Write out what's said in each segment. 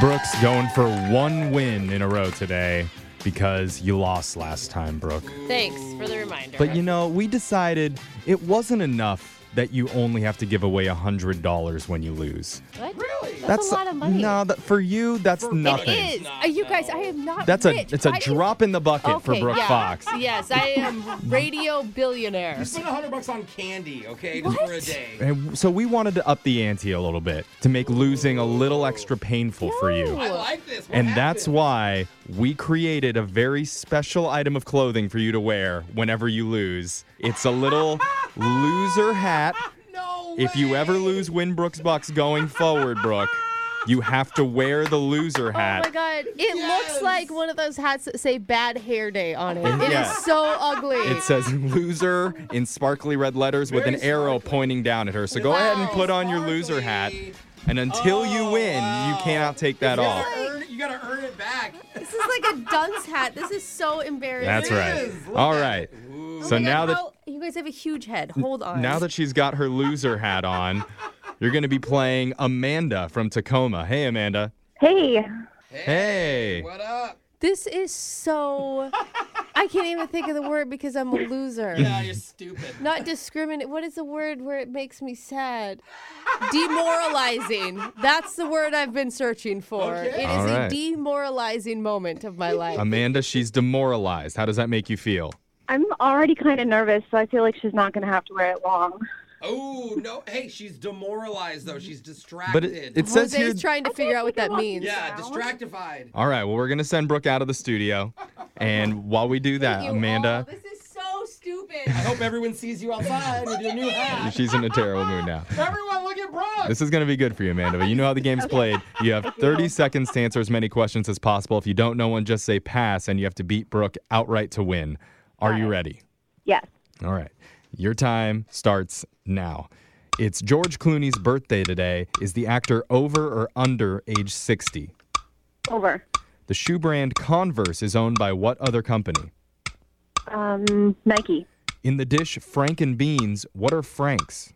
Brooks going for one win in a row today because you lost last time, Brooke. Thanks for the reminder. But you know, we decided it wasn't enough that you only have to give away $100 when you lose. what? Really? That's, a lot of money. No, that, for you, that's nothing. It is. Are you guys, I am not That's a rich. it's a Why do you- drop in the bucket for Okay, Brooke yeah. Fox. Yes, I am radio billionaire. Spend a hundred bucks on candy, okay, just for a day. And so we wanted to up the ante a little bit to make losing a little extra painful for you. I like this. What And that's happened? why we created a very special item of clothing for you to wear whenever you lose. It's a little loser hat. No. If you way. ever lose Win Brooks Bucks going forward, Brooke, you have to wear the loser Oh hat. my god, it Yes. looks like one of those hats that say bad hair day on it. It is Yeah. so ugly. It says loser in sparkly red letters with an Very arrow sparkly. pointing down at her. So go ahead and Wow, put on your loser hat. sparkly. And until you Oh, win, wow. you cannot take that you off. gotta earn, you gotta earn it back. this is like a dunce hat. This is so embarrassing. That's It right. is. Look All at right. it. Ooh. So Oh my God, now that how- you guys have a huge head. Hold on. now that she's got her loser hat on, you're going to be playing Amanda from Tacoma. Hey, Amanda. Hey, Hey. What up? this is so I can't even think of the word because I'm a loser. Yeah, you're stupid. Not discriminate. What is the word where it makes me sad? Demoralizing. That's the word I've been searching for. Okay. It is All right. a demoralizing moment of my life. Amanda, she's demoralized. How does that make you feel? I'm already kind of nervous, so I feel like she's not going to have to wear it long. Oh no. Hey, she's demoralized though. She's distracted. But it, it says here. Jose's trying to figure out what that means. yeah, distractified. All right, well, we're going to send Brooke out of the studio. And while we do that, You Amanda, all- this is so stupid. I hope everyone sees you outside with your new hat. she's in a terrible mood now. Everyone, look at Brooke. This is going to be good for you, Amanda. But you know how the game's played. You have 30 seconds to answer as many questions as possible. If you don't know one, just say pass, and you have to beat Brooke outright to win. Are you ready? Yes. All right. Your time starts now. It's George Clooney's birthday today. Is the actor over or under age 60? Over. The shoe brand Converse is owned by what other company? Um, Nike. In the dish Frank and Beans, what are Franks?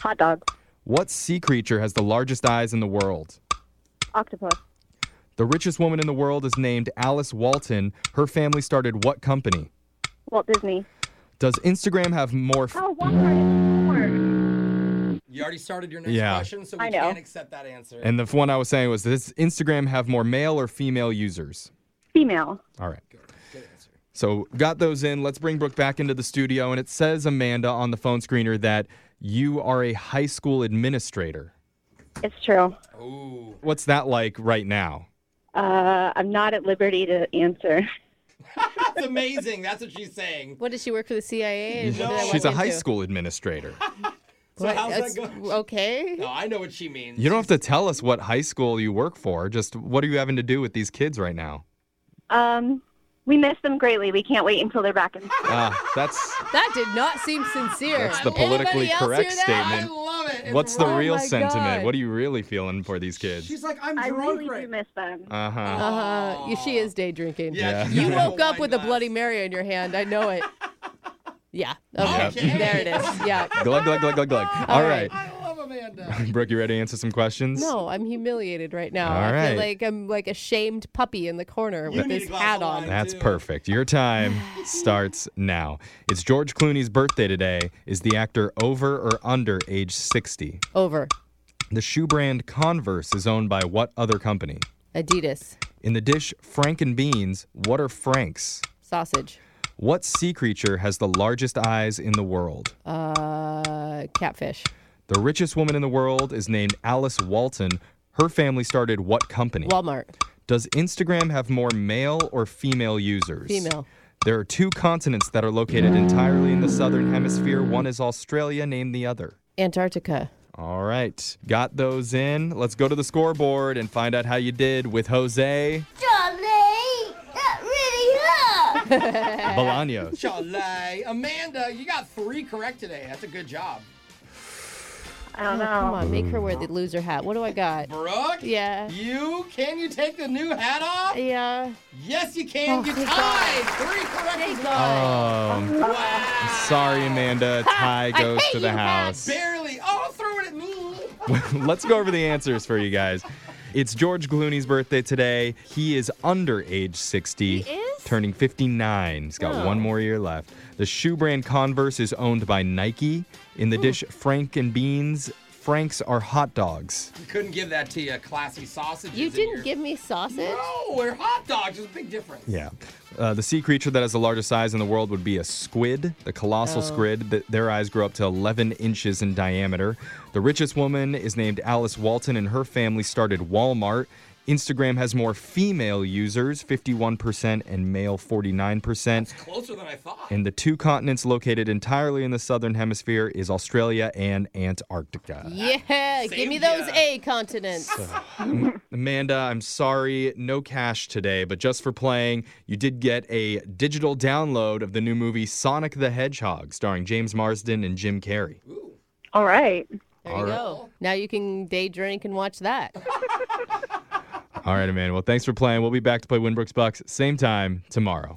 Hot dog. What sea creature has the largest eyes in the world? Octopus. The richest woman in the world is named Alice Walton. Her family started what company? Walt Disney. Does Instagram have more? F- Oh, Walmart. You already started your next Yeah. question, so we I know. can't accept that answer. and the f- one I was saying was, does Instagram have more male or female users? Female. All right. Good answer. So got those in. Let's bring Brooke back into the studio. And it says Amanda on the phone screener that you are a high school administrator. It's true. Ooh. What's that like right now? Uh, I'm not at liberty to answer. That's amazing. That's what she's saying. What does she work for the CIA? What did I No. walk She's a high into? school administrator. So how's That's- that going? Okay. No, I know what she means. You don't have to tell us what high school you work for. Just what are you having to do with these kids right now? Um, we miss them greatly. We can't wait until they're back in school. Uh, that's That did not seem sincere. That's the politically Anybody else correct hear that? I statement. love it. It's what's the Oh wrong. real my sentiment? God. What are you really feeling for these kids? She's like, I'm I drunk really right do miss them. Uh huh. Uh-huh. Yeah, She is day drinking. Yeah. Yeah. she's You You got woke up wine with a glass. Bloody Mary in your hand. I know it. Yeah. Okay. Okay. There it is. Yeah. Glug glug glug glug glug. All right, I love Amanda. Brooke, you ready to answer some questions? No, I'm humiliated right now. All I right. feel like I'm like a shamed puppy in the corner You with need a this glass hat of on. wine. That's do. perfect. Your time starts now. It's George Clooney's birthday today. Is the actor over or under age 60? Over. The shoe brand Converse is owned by what other company? Adidas. In the dish Frank and Beans, what are Franks? Sausage. What sea creature has the largest eyes in the world? Uh, catfish. The richest woman in the world is named Alice Walton. Her family started what company? Walmart. Does Instagram have more male or female users? Female. There are two continents that are located entirely in the southern hemisphere. One is Australia, name the other. Antarctica. All right, got those in. Let's go to the scoreboard and find out how you did with Jose Charlie, that really hurt. Bolaños. Charlie. Amanda, you got three correct today. That's a good job. I don't Come know. on, make her wear the loser hat. What do I got? Brooke? Yeah. You can you take the new hat off? Yeah. Yes, you can. Oh, you thank tied. Three correct. Oh, Wow. sorry, Amanda. Tie goes hate to the you, Matt. house. Barely. Oh, throw it at me. Let's go over the answers for you guys. It's George Clooney's birthday today. He is under age 60, He is? turning 59. He's got Oh. one more year left. The shoe brand Converse is owned by Nike. In the dish Frank and Beans, Franks are hot dogs. You couldn't give that to you, classy sausages. You in didn't your- give me sausage? No, we're hot dogs. There's a big difference. Yeah. Uh, the sea creature that has the largest size in the world would be a squid, the colossal squid. Th- their eyes grow up to 11 inches in diameter. The richest woman is named Alice Walton, and her family started Walmart. Instagram has more female users, 51%, and male, 49%. Closer than I thought. And the two continents located entirely in the southern hemisphere is Australia and Antarctica. Yeah, give me Saved those ya. A continents. Amanda, I'm sorry, no cash today, but just for playing, you did get a digital download of the new movie Sonic the Hedgehog, starring James Marsden and Jim Carrey. Ooh. All right. There you go. Now you can day drink and watch that. All right, Amanda. Well, thanks for playing. We'll be back to play Winbrook's Bucks same time tomorrow.